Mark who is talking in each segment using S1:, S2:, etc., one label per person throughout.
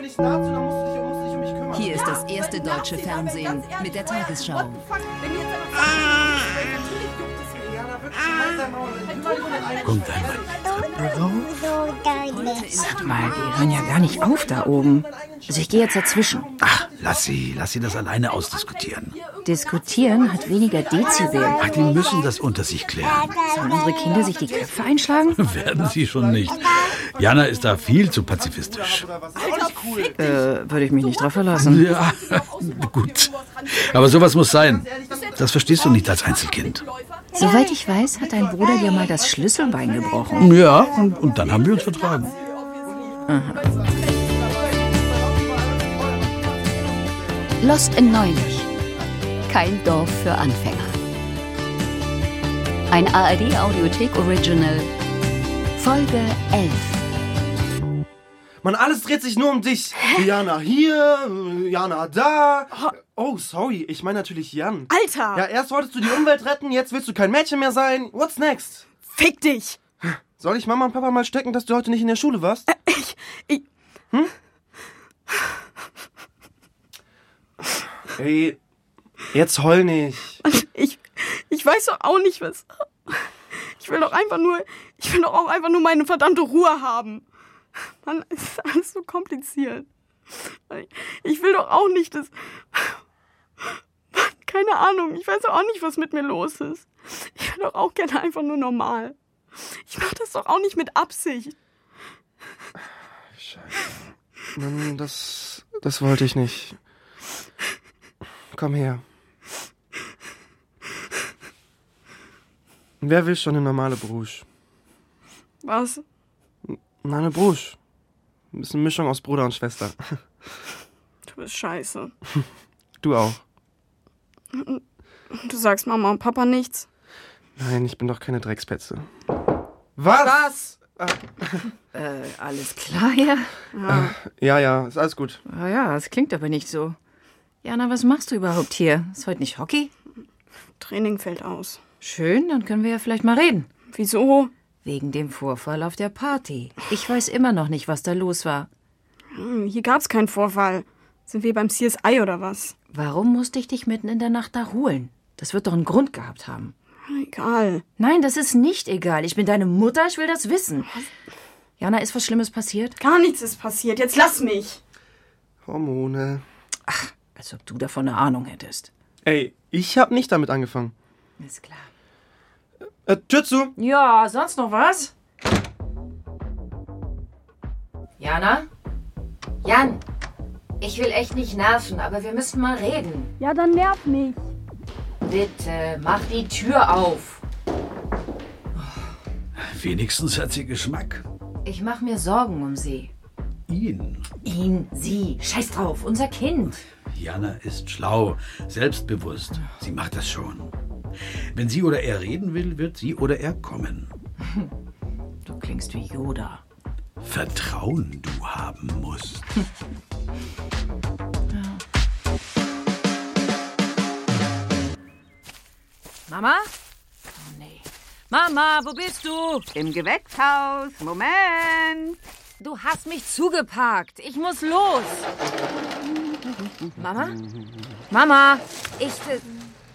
S1: nicht nahezu, dann musst du dich, musst du dich um mich kümmern.
S2: Hier ist
S3: Ja,
S2: das erste
S3: weil nachts
S2: deutsche
S3: sehen, aber
S2: Fernsehen
S3: ganz ehrlich,
S2: mit der
S3: vorher-
S2: Tagesschau.
S3: What the fuck? Wenn jetzt einfach
S1: Natürlich juckt es mich. Ja, da wirklich. Halt dein Maul. Überall, wo dein Eimer
S4: Kommt
S1: steht.
S4: einfach
S2: Heute in
S5: Sag mal, wir hören ja gar nicht auf da oben. Also ich gehe jetzt dazwischen.
S4: Ach, Ah, lass sie, lass sie das alleine ausdiskutieren.
S5: Diskutieren hat weniger Dezibel.
S4: Ach, die müssen das unter sich klären.
S5: Sollen unsere Kinder sich die Köpfe einschlagen?
S4: Werden sie schon nicht. Jana ist da viel zu pazifistisch.
S5: Äh, würde ich mich nicht drauf verlassen.
S4: Ja, gut. Aber sowas muss sein. Das verstehst du nicht als Einzelkind.
S5: Soweit ich weiß, hat dein Bruder dir mal das Schlüsselbein gebrochen.
S4: Ja, und, und dann haben wir uns vertragen.
S2: Lost in Neulich. Kein Dorf für Anfänger. Ein ARD Audiothek Original. Folge 11.
S1: Mann, alles dreht sich nur um dich. Jana hier, Jana da. Oh, sorry, ich meine natürlich Jan.
S3: Alter!
S1: Ja, erst wolltest du die Umwelt retten, jetzt willst du kein Mädchen mehr sein. What's next?
S3: Fick dich! Äh,
S1: Soll ich Mama und Papa mal stecken, dass du heute nicht in der Schule warst?
S3: ich-
S1: Hm? Ey, jetzt heul nicht.
S3: Ich, ich weiß doch auch nicht was. Ich will doch einfach nur, ich will doch auch einfach nur meine verdammte Ruhe haben. Mann, es ist alles so kompliziert. Ich will doch auch nicht, dass. Mann, keine Ahnung, ich weiß doch auch nicht, was mit mir los ist. Ich will doch auch gerne einfach nur normal. Ich mach das doch auch nicht mit Absicht.
S1: Mann, das, das wollte ich nicht. Komm her. Wer will schon eine normale Brüche?
S3: Was?
S1: Na, eine Brusch. Ein bisschen Mischung aus Bruder und Schwester.
S3: Du bist scheiße.
S1: Du auch.
S3: Du sagst Mama und Papa nichts.
S1: Nein, ich bin doch keine Dreckspetze. Was? Ah. Was?
S5: Äh, alles klar, ja?
S1: Ah, Ja, ja, ist alles gut.
S5: Ah ja, es klingt aber nicht so. Jana, was machst du überhaupt hier? Ist heute nicht Hockey?
S3: Training fällt aus.
S5: Schön, dann können wir ja vielleicht mal reden.
S3: Wieso?
S5: Wegen dem Vorfall auf der Party. Ich weiß immer noch nicht, was da los war.
S3: Hm, Hier gab's keinen Vorfall. Sind wir beim CSI oder was?
S5: Warum musste ich dich mitten in der Nacht da holen? Das wird doch einen Grund gehabt haben.
S3: Egal.
S5: Nein, das ist nicht egal. Ich bin deine Mutter, ich will das wissen. Jana, ist was Schlimmes passiert?
S3: Gar nichts ist passiert. Jetzt lass mich.
S1: Hormone.
S5: Als ob du davon eine Ahnung hättest.
S1: Ey, ich hab nicht damit angefangen.
S5: Ist klar.
S1: Äh, Tür zu.
S5: Ja, sonst noch was? Jana? Jan, ich will echt nicht nerven, aber wir müssen mal reden.
S3: Ja, dann nerv mich.
S5: Bitte, mach die Tür auf.
S4: Wenigstens hat sie Geschmack.
S5: Ich mach mir Sorgen um sie.
S4: Ihn.
S5: Ihn, sie, scheiß drauf, unser Kind.
S4: Jana ist schlau, selbstbewusst. Sie macht das schon. Wenn sie oder er reden will, wird sie oder er kommen.
S5: Du klingst wie Yoda.
S4: Vertrauen du haben musst.
S5: Mama? Oh nee. Mama, wo bist du?
S6: Im Gewächshaus. Moment.
S5: Du hast mich zugeparkt. Ich muss los. Mama? Mama? Ich. äh,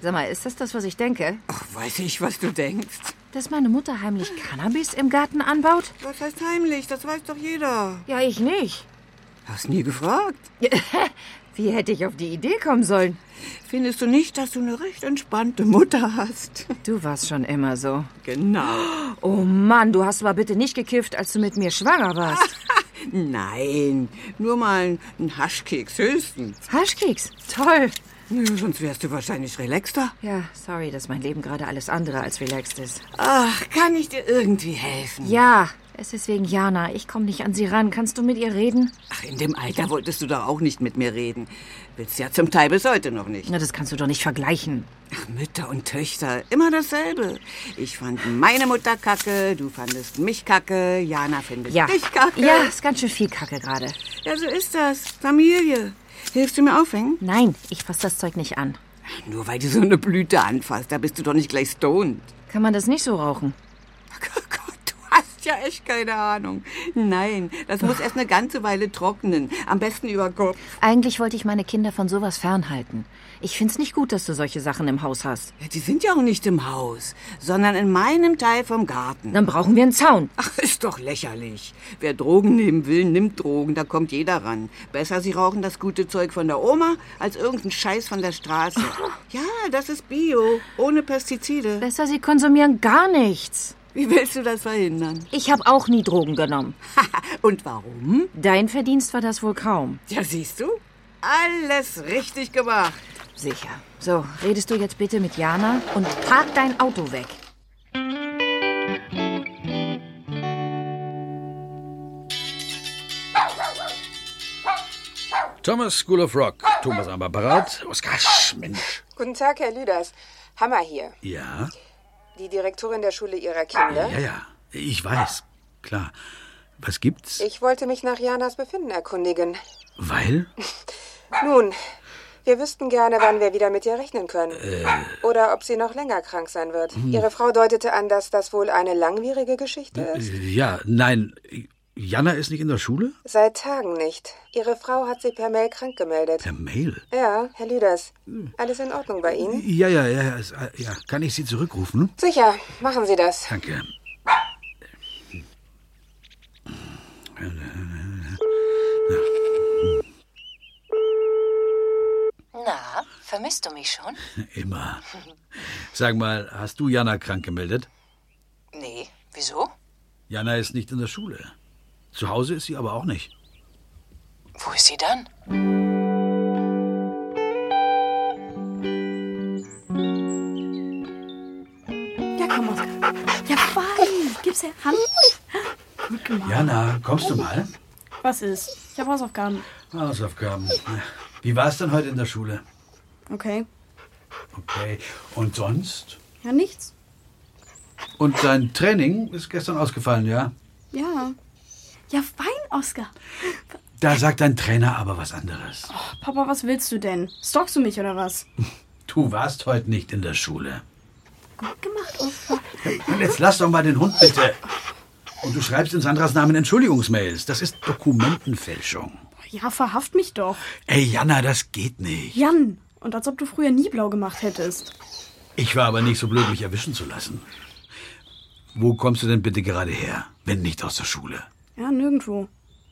S5: Sag mal, ist das das, was ich denke?
S6: Weiß ich, was du denkst.
S5: Dass meine Mutter heimlich Cannabis im Garten anbaut?
S6: Was heißt heimlich? Das weiß doch jeder.
S5: Ja, ich nicht.
S6: Hast nie gefragt.
S5: Wie hätte ich auf die Idee kommen sollen?
S6: Findest du nicht, dass du eine recht entspannte Mutter hast?
S5: Du warst schon immer so.
S6: Genau.
S5: Oh Mann, du hast aber bitte nicht gekifft, als du mit mir schwanger warst.
S6: Nein, nur mal ein Haschkeks höchstens.
S5: Haschkeks. Toll.
S6: Nö, Sonst wärst du wahrscheinlich relaxter.
S5: Ja, sorry, dass mein Leben gerade alles andere als relaxed ist.
S6: Ach, kann ich dir irgendwie helfen?
S5: Ja, es ist wegen Jana. Ich komme nicht an sie ran. Kannst du mit ihr reden?
S6: Ach, in dem Alter wolltest du doch auch nicht mit mir reden. Willst ja zum Teil bis heute noch nicht.
S5: Na, das kannst du doch nicht vergleichen.
S6: Ach, Mütter und Töchter, immer dasselbe. Ich fand meine Mutter kacke, du fandest mich kacke, Jana findet
S5: Ja.
S6: dich kacke.
S5: Ja, ist ganz schön viel Kacke gerade.
S6: ja, so ist das. Familie. Hilfst du mir aufhängen?
S5: Nein, ich fasse das Zeug nicht an.
S6: Nur weil du so eine Blüte anfasst, da bist du doch nicht gleich stoned.
S5: Kann man das nicht so rauchen?
S6: oh Gott, du hast hast ja echt keine Ahnung. Nein, das muss erst eine ganze Weile trocknen. Am besten über Kopf.
S7: Eigentlich wollte ich meine Kinder von sowas fernhalten. Ich find's nicht gut, dass du solche Sachen im Haus hast.
S6: Ja, die sind ja auch nicht im Haus, sondern in meinem Teil vom Garten.
S7: Dann brauchen wir einen Zaun.
S6: Ach, ist doch lächerlich. Wer Drogen nehmen will, nimmt Drogen. Da kommt jeder ran. Besser, sie rauchen das gute Zeug von der Oma als irgendeinen Scheiß von der Straße. Ja, das ist Bio, ohne Pestizide.
S7: Besser, sie konsumieren gar nichts.
S6: Wie willst du das verhindern?
S7: Ich habe auch nie Drogen genommen.
S6: Und warum?
S7: Dein Verdienst war das wohl kaum.
S6: Ja, siehst du? Alles richtig gemacht.
S7: Sicher. So, redest du jetzt bitte mit Jana und park dein Auto weg.
S4: Thomas School of Rock. Thomas am Apparat. Oskar, Mensch.
S8: Guten Tag, Herr Lüders. Hammer hier.
S4: Ja,
S8: Die Direktorin der Schule Ihrer Kinder.
S4: ja, ja. Ich weiß. Klar. Was gibt's?
S8: Ich wollte mich nach Janas Befinden erkundigen.
S4: Weil?
S8: Nun, wir wüssten gerne, wann wir wieder mit ihr rechnen können.
S1: Äh.
S8: Oder ob sie noch länger krank sein wird.
S1: Hm.
S8: Ihre Frau deutete an, dass das wohl eine langwierige Geschichte
S1: Hm.
S8: ist.
S4: Äh, Ja, nein. Jana ist nicht in der Schule?
S8: Seit Tagen nicht. Ihre Frau hat sie per Mail krank gemeldet.
S4: Per Mail?
S8: Ja, Herr Lüders.
S1: Hm.
S8: Alles in Ordnung bei Ihnen?
S4: Ja, ja, ja, ja, ist, äh, ja. Kann ich Sie zurückrufen?
S8: Sicher, machen Sie das.
S4: Danke.
S5: Na, vermisst du mich schon?
S4: Immer. Sag mal, hast du Jana krank gemeldet?
S5: Nee, wieso?
S4: Jana ist nicht in der Schule. Zu Hause ist sie aber auch nicht.
S5: Wo ist sie dann?
S3: Ja, komm, Oskar. Ja, fein. Gib's her. Hand. Gut gemacht.
S4: Jana, kommst du mal?
S3: Was ist? Ich habe Hausaufgaben.
S4: Hausaufgaben. Wie war es denn heute in der Schule?
S3: Okay.
S4: Okay. Und sonst?
S3: Ja, nichts.
S4: Und dein Training ist gestern ausgefallen, ja?
S3: Ja. Ja, fein, Oskar.
S4: Da sagt dein Trainer aber was anderes.
S3: Papa, was willst du denn? Stalkst du mich oder was?
S4: Du warst heute nicht in der Schule.
S3: Gut gemacht, Oskar.
S4: Und jetzt lass doch mal den Hund bitte. Und du schreibst in Sandras Namen Entschuldigungsmails. Das ist Dokumentenfälschung.
S3: Ja, verhaft mich doch.
S4: Ey, Jana, das geht nicht.
S3: Jan, und als ob du früher nie blau gemacht hättest.
S4: Ich war aber nicht so blöd, mich erwischen zu lassen. Wo kommst du denn bitte gerade her, wenn nicht aus der Schule?
S3: Ja, nirgendwo.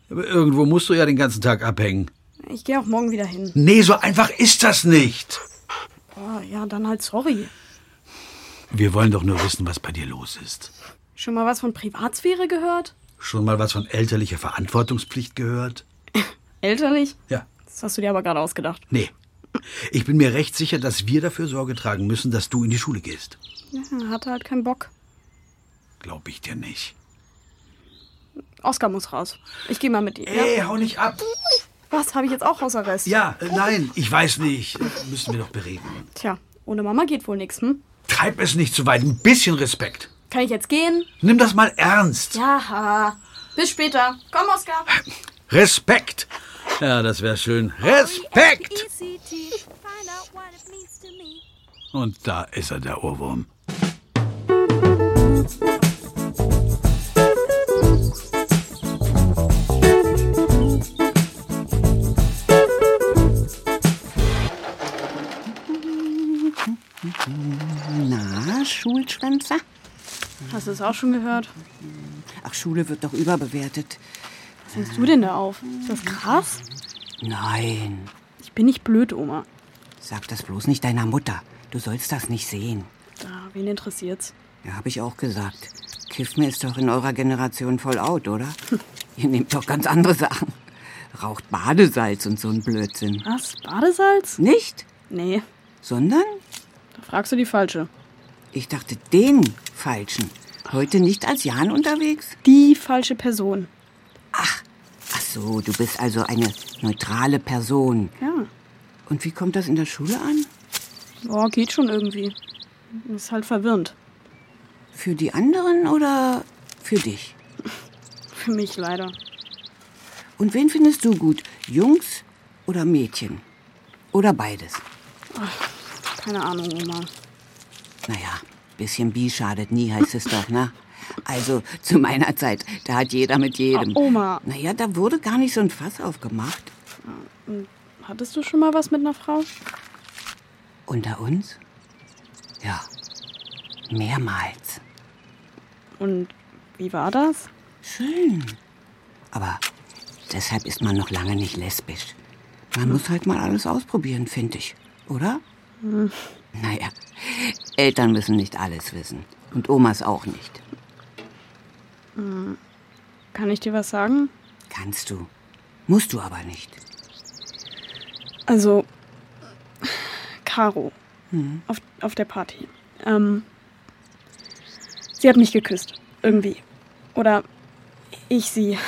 S4: Aber irgendwo musst du ja den ganzen Tag abhängen.
S3: Ich gehe auch morgen wieder hin.
S4: Nee, so einfach ist das nicht.
S3: Boah, ja, dann halt sorry.
S4: Wir wollen doch nur wissen, was bei dir los ist.
S3: Schon mal was von Privatsphäre gehört?
S4: Schon mal was von elterlicher Verantwortungspflicht gehört?
S3: Elterlich?
S4: Ja,
S3: Das hast du dir aber gerade ausgedacht.
S4: nee. Ich bin mir recht sicher, dass wir dafür Sorge tragen müssen, dass du in die Schule gehst.
S3: Ja, hatte halt keinen Bock.
S4: Glaub ich dir nicht.
S3: Oskar muss raus. Ich gehe mal mit ihm. Ja.
S4: Ey, hau nicht ab!
S3: Was, habe ich jetzt auch Hausarrest?
S4: Äh. Ja, äh, nein, ich weiß nicht. Müssen wir doch bereden.
S3: Tja, ohne Mama geht wohl nichts, hm?
S4: Treib es nicht zu weit. Ein bisschen Respekt.
S3: Kann ich jetzt gehen?
S4: Nimm das mal ernst.
S3: Ja. Bis später. Komm, Oskar.
S4: Respekt. Ja, das wäre schön. Respekt. Und da ist er, der Ohrwurm.
S6: Na, Schulschwänzer?
S3: Hast du es auch schon gehört?
S6: Ach, Schule wird doch überbewertet.
S3: Was hängst du denn da auf? Ist das krass?
S6: Nein,
S3: Ich bin nicht blöd, Oma.
S6: sag das bloß nicht deiner Mutter. Du sollst das nicht sehen.
S3: Da, wen interessiert's?
S6: Ja, hab ich auch gesagt. Kiffen ist doch in eurer Generation voll out, oder? Ihr nehmt doch ganz andere Sachen. Raucht Badesalz und so ein Blödsinn.
S3: Was? Badesalz?
S6: Nicht?
S3: Nee,
S6: Sondern?
S3: da fragst du die Falsche.
S6: Ich dachte, den Falschen. Heute nicht als Jan unterwegs?
S3: Die falsche Person.
S6: Ach so, du bist also eine neutrale Person.
S3: Ja.
S6: Und wie kommt das in der Schule an?
S3: Boah, geht schon irgendwie. Ist halt verwirrend.
S6: Für die anderen oder für dich?
S3: Für mich leider.
S6: Und wen findest du gut? Jungs oder Mädchen? Oder beides?
S3: Keine Ahnung, Oma.
S6: Naja, bisschen Bi schadet nie, heißt es doch, ne? Also zu meiner Zeit, da hat jeder mit jedem.
S3: Ah, Oma.
S6: Naja, da wurde gar nicht so ein Fass aufgemacht.
S3: Hattest du schon mal was mit einer Frau?
S6: Unter uns? Ja, mehrmals.
S3: Und wie war das?
S6: Schön. Aber deshalb ist man noch lange nicht lesbisch. Man muss halt mal alles ausprobieren, finde ich. Oder? Naja, Eltern müssen nicht alles wissen. Und Omas auch nicht.
S3: Kann ich dir was sagen?
S6: Kannst du. Musst du aber nicht.
S3: Also, Caro, auf, auf der Party. Ähm, sie hat mich geküsst, irgendwie. Oder ich sie.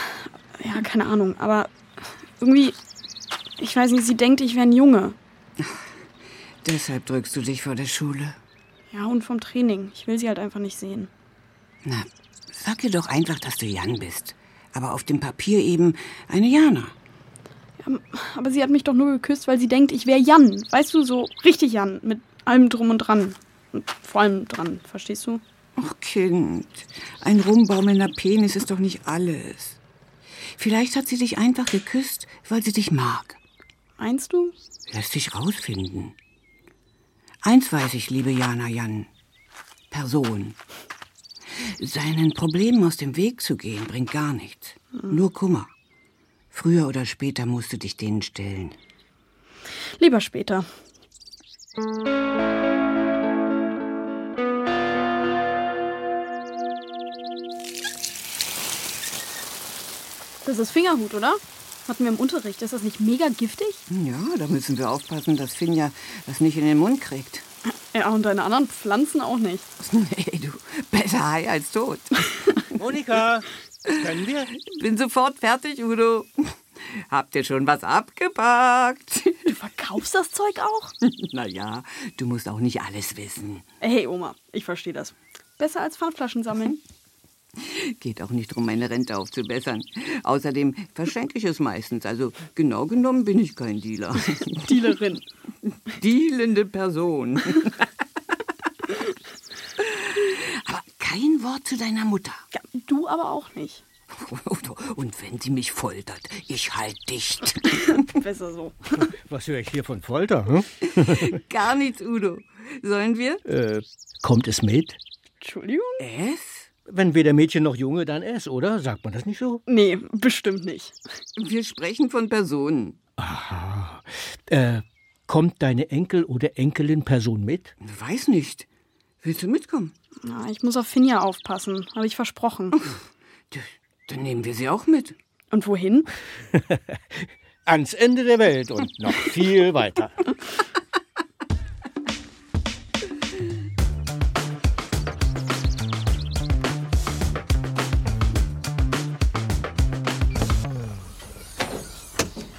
S3: Ja, keine Ahnung, aber irgendwie, ich weiß nicht, sie denkt, ich wäre ein Junge.
S6: Deshalb drückst du dich vor der Schule.
S3: Ja, und vom Training. Ich will sie halt einfach nicht sehen.
S6: Na, sag ihr doch einfach, dass du Jan bist. Aber auf dem Papier eben eine Jana.
S3: Aber sie hat mich doch nur geküsst, weil sie denkt, ich wäre Jan. Weißt du, so richtig Jan. Mit allem drum und dran. Und vor allem dran, verstehst du?
S6: Ach, Kind, ein rumbaumelnder Penis ist doch nicht alles. Vielleicht hat sie dich einfach geküsst, weil sie dich mag.
S3: Meinst du?
S6: Lass dich rausfinden. Eins weiß ich, liebe Jana Jan. Person. Seinen Problemen aus dem Weg zu gehen, bringt gar nichts. Nur Kummer. Früher oder später musst du dich denen stellen.
S3: Lieber später. Das ist Fingerhut, oder? Hatten wir im Unterricht. Ist das nicht mega giftig?
S6: Ja, da müssen wir aufpassen, dass Finja das nicht in den Mund kriegt.
S3: Ja, und deine anderen Pflanzen auch nicht.
S6: Nee, du, besser high als tot.
S1: Monika, können wir?
S6: Bin sofort fertig, Udo. Habt ihr schon was abgepackt?
S3: Du verkaufst das Zeug auch?
S6: naja, du musst auch nicht alles wissen.
S3: Hey Oma, ich verstehe das. Besser als Pfandflaschen sammeln.
S6: Geht auch nicht darum, meine Rente aufzubessern. Außerdem verschenke ich es meistens. Also genau genommen bin ich kein Dealer.
S3: Dealerin.
S6: Dealende Person. Aber kein Wort zu deiner Mutter.
S3: Ja, du aber auch nicht.
S6: Und wenn sie mich foltert, ich halt dicht.
S3: Besser so.
S1: Was höre ich hier von Folter? Hm?
S6: Gar nichts, Udo. Sollen wir?
S1: Äh, kommt es mit?
S3: Entschuldigung?
S6: Es?
S1: Wenn weder Mädchen noch Junge, dann es, oder? Sagt man das nicht so?
S3: Nee, bestimmt nicht.
S6: Wir sprechen von Personen.
S1: Äh, kommt deine Enkel- oder Enkelin-Person mit?
S6: Weiß nicht. Willst du mitkommen?
S3: Na, ich muss auf Finja aufpassen, habe ich versprochen.
S6: D- Dann nehmen wir sie auch mit.
S3: Und wohin?
S1: Ans Ende der Welt und noch viel weiter.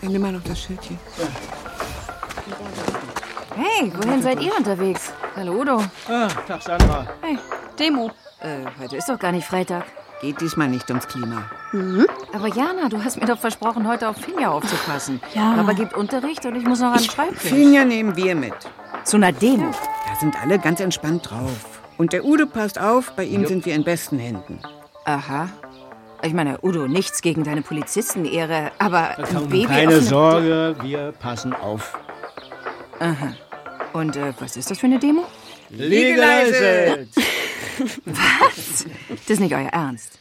S6: Nimm mal noch das Schildchen.
S5: Hey, wohin seid ihr unterwegs? Hallo, Udo.
S1: Ah, Tag, Sandra.
S5: Hey,
S3: Demo.
S6: Äh, heute
S5: ist doch gar nicht Freitag.
S6: Geht diesmal nicht ums Klima.
S5: Aber Jana, du hast mir doch versprochen, heute auf Finja aufzupassen.
S3: Ja.
S5: Aber gibt Unterricht und ich muss noch an den Schreibtisch.
S6: Finja nehmen wir mit.
S5: Zu einer Demo.
S6: Da sind alle ganz entspannt drauf. Und der Udo passt auf, bei ihm sind wir in besten Händen.
S5: Aha. Ich meine, Udo, nichts gegen deine Polizistenehre, aber ein Baby auf
S1: Keine
S5: eine-
S1: Sorge, wir passen auf.
S5: Und äh, was ist das für eine Demo?
S1: Legalize it!
S5: Das ist nicht euer Ernst.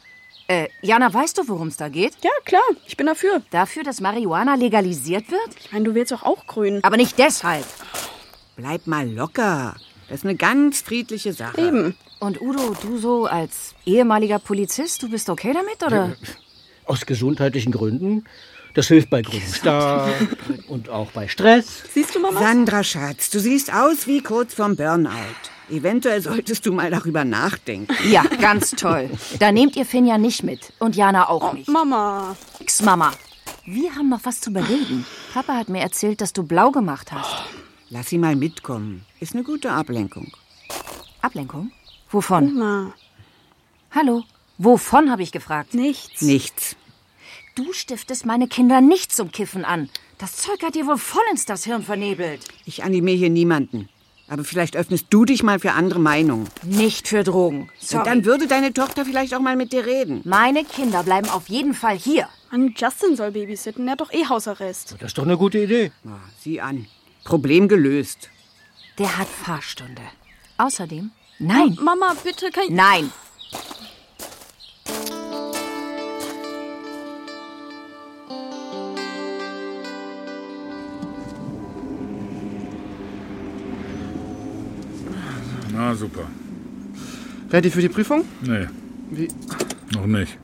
S5: Äh, Jana, weißt du, worum es da geht?
S3: Ja, klar, ich bin dafür.
S5: Dafür, dass Marihuana legalisiert wird?
S3: Ich meine, du willst doch auch grün.
S5: Aber nicht deshalb.
S6: Bleib mal locker. Das ist eine ganz friedliche Sache.
S3: Eben.
S5: Und Udo, du so als ehemaliger Polizist, du bist okay damit, oder?
S1: Aus gesundheitlichen Gründen. Das hilft bei grünem Star und auch bei Stress.
S3: Siehst du, Mama?
S6: Sandra Schatz, du siehst aus wie kurz vorm Burnout. Eventuell solltest du mal darüber nachdenken.
S5: Ja, ganz toll. Da nehmt ihr Finja nicht mit. Und Jana auch
S3: Oh,
S5: nicht.
S3: Mama.
S5: Nix, Mama. Wir haben noch was zu bereden. Papa hat mir erzählt, dass du blau gemacht hast.
S6: Lass sie mal mitkommen. Ist eine gute Ablenkung.
S5: Ablenkung? Wovon?
S3: Mama.
S5: Hallo? Wovon habe ich gefragt?
S3: Nichts.
S6: Nichts.
S5: Du stiftest meine Kinder nicht zum Kiffen an. Das Zeug hat dir wohl vollends das Hirn vernebelt.
S6: Ich animiere hier niemanden. Aber vielleicht öffnest du dich mal für andere Meinungen.
S9: Nicht für Drogen.
S6: Und dann würde deine Tochter vielleicht auch mal mit dir reden.
S9: Meine Kinder bleiben auf jeden Fall hier.
S3: Mann, Justin soll babysitten, der hat doch eh Hausarrest.
S1: Das ist doch eine gute Idee.
S6: Na, Ah, sieh an. Problem gelöst.
S9: Der hat Fahrstunde. Außerdem? Nein,
S3: Mama, bitte, kann ich...
S9: nein.
S8: Na super.
S10: Ready für die Prüfung?
S8: Nee,
S10: Wie?
S8: noch nicht.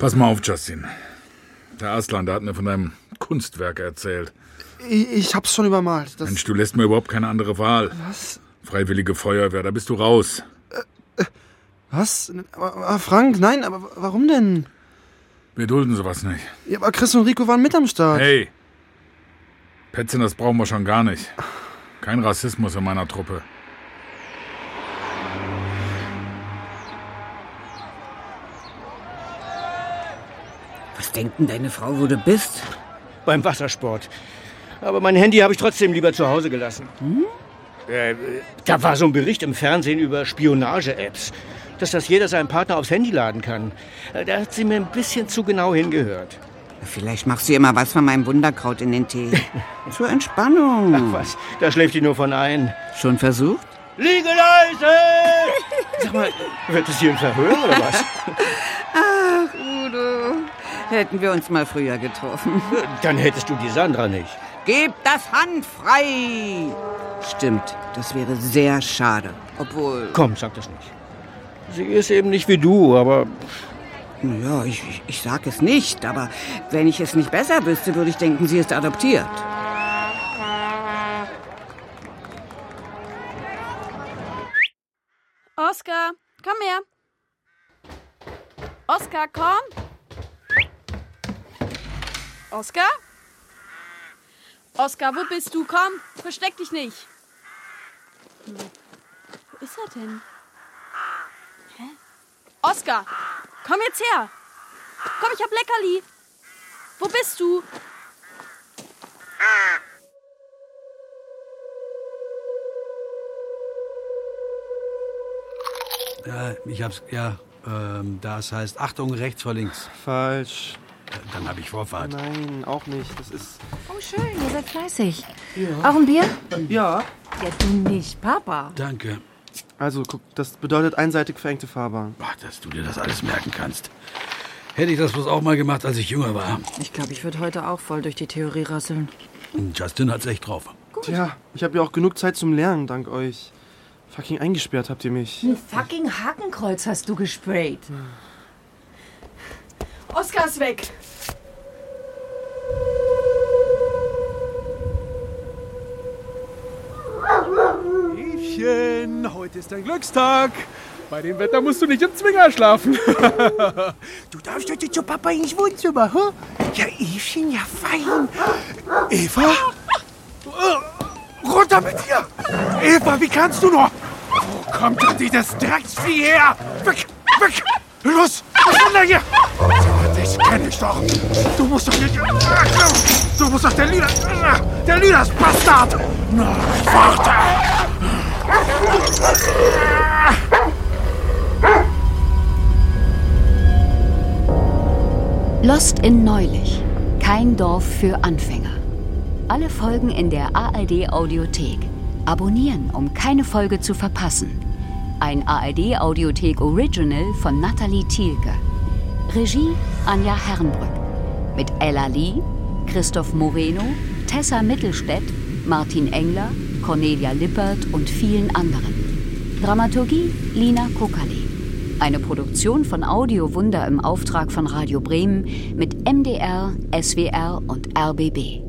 S8: Pass mal auf, Justin. Der Aslan, der hat mir von deinem Kunstwerk erzählt.
S10: Ich, ich hab's schon übermalt. Das,
S8: Mensch, du lässt mir überhaupt keine andere Wahl.
S10: was?
S8: Freiwillige Feuerwehr, da bist du raus.
S10: Was? Aber- aber Frank, nein, aber w- warum denn?
S8: Wir dulden sowas nicht.
S10: Ja, aber Chris und Rico waren mit am Start.
S8: Hey! Petzen, das brauchen wir schon gar nicht. Kein Rassismus in meiner Truppe.
S6: Was denkt denn deine Frau, wo du bist?
S1: Beim Wassersport. Aber mein Handy habe ich trotzdem lieber zu Hause gelassen.
S10: Hm?
S1: Äh, da war so ein Bericht im Fernsehen über Spionage-Apps. Dass das jeder seinem Partner aufs Handy laden kann. Äh, Da hat sie mir ein bisschen zu genau hingehört.
S6: Vielleicht machst du ihr mal was von meinem Wunderkraut in den Tee. Zur Entspannung.
S1: Ach was, da schläft die nur von ein.
S6: Schon versucht?
S1: Liege leise! Sag mal, wird das hier ein Verhör oder was?
S6: Udo, hätten wir uns mal früher getroffen.
S1: Dann hättest du die Sandra nicht.
S6: Gebt das Hand frei! Stimmt, das wäre sehr schade. Obwohl,
S1: Komm, sag das nicht. Sie ist eben nicht wie du, aber
S6: ja, ich, ich- ich sag es nicht, aber wenn ich es nicht besser wüsste, würde ich denken, sie ist adoptiert.
S3: Oskar, komm her. Oskar, komm. Oskar? Oskar, wo bist du? Komm, versteck dich nicht. Hm. Wo ist er denn? Hä? Oskar, komm jetzt her. Komm, ich hab Leckerli. Wo bist du?
S11: Ja, ich hab's, ja, ähm, das heißt, Achtung, rechts vor links.
S10: Falsch.
S4: Äh,
S11: Dann habe ich Vorfahrt.
S10: Nein, auch nicht. Das ist.
S9: Oh, schön, ihr seid fleißig. Auch ein Bier?
S10: Ja.
S9: Ja, du nicht, Papa.
S11: Danke.
S10: Also, guck, das bedeutet einseitig verengte Fahrbahn.
S11: Ach, dass du dir das alles merken kannst. Hätte ich das bloß auch mal gemacht, als ich jünger war.
S9: Ich glaube, ich würde heute auch voll durch die Theorie rasseln.
S11: Justin hat's echt drauf.
S10: Tja, ich habe ja auch genug Zeit zum Lernen, dank euch. Fucking eingesperrt habt ihr mich.
S9: Ein fucking Hakenkreuz hast du gesprayt.
S3: Oskar ist weg.
S4: Mädchen, heute ist dein Glückstag. Bei dem Wetter musst du nicht im Zwinger schlafen. du darfst heute zu Papa ins Wohnzimmer, huh? Ja, Evchen, ja fein. Eva? Äh, Runter mit dir! Eva, wie kannst du nur? Wo kommt denn dieses Drecksvieh her? Weg, weg! Los, runter hier! So, dich kenn ich doch. Du musst doch nicht... Du musst doch der Lieder... Der Lieders Bastard! Na, warte!
S5: Lost in Neulich. Kein Dorf für Anfänger. Alle Folgen in der ARD Audiothek. Abonnieren, um keine Folge zu verpassen. Ein ARD Audiothek Original von Nathalie Thielke. Regie Anja Herrenbrück. Mit Ella Lee, Christoph Moreno, Tessa Mittelstädt, Martin Engler, Cornelia Lippert und vielen anderen. Dramaturgie Lina Kokali. Eine Produktion von Audio Wunder im Auftrag von Radio Bremen mit MDR, SWR und RBB.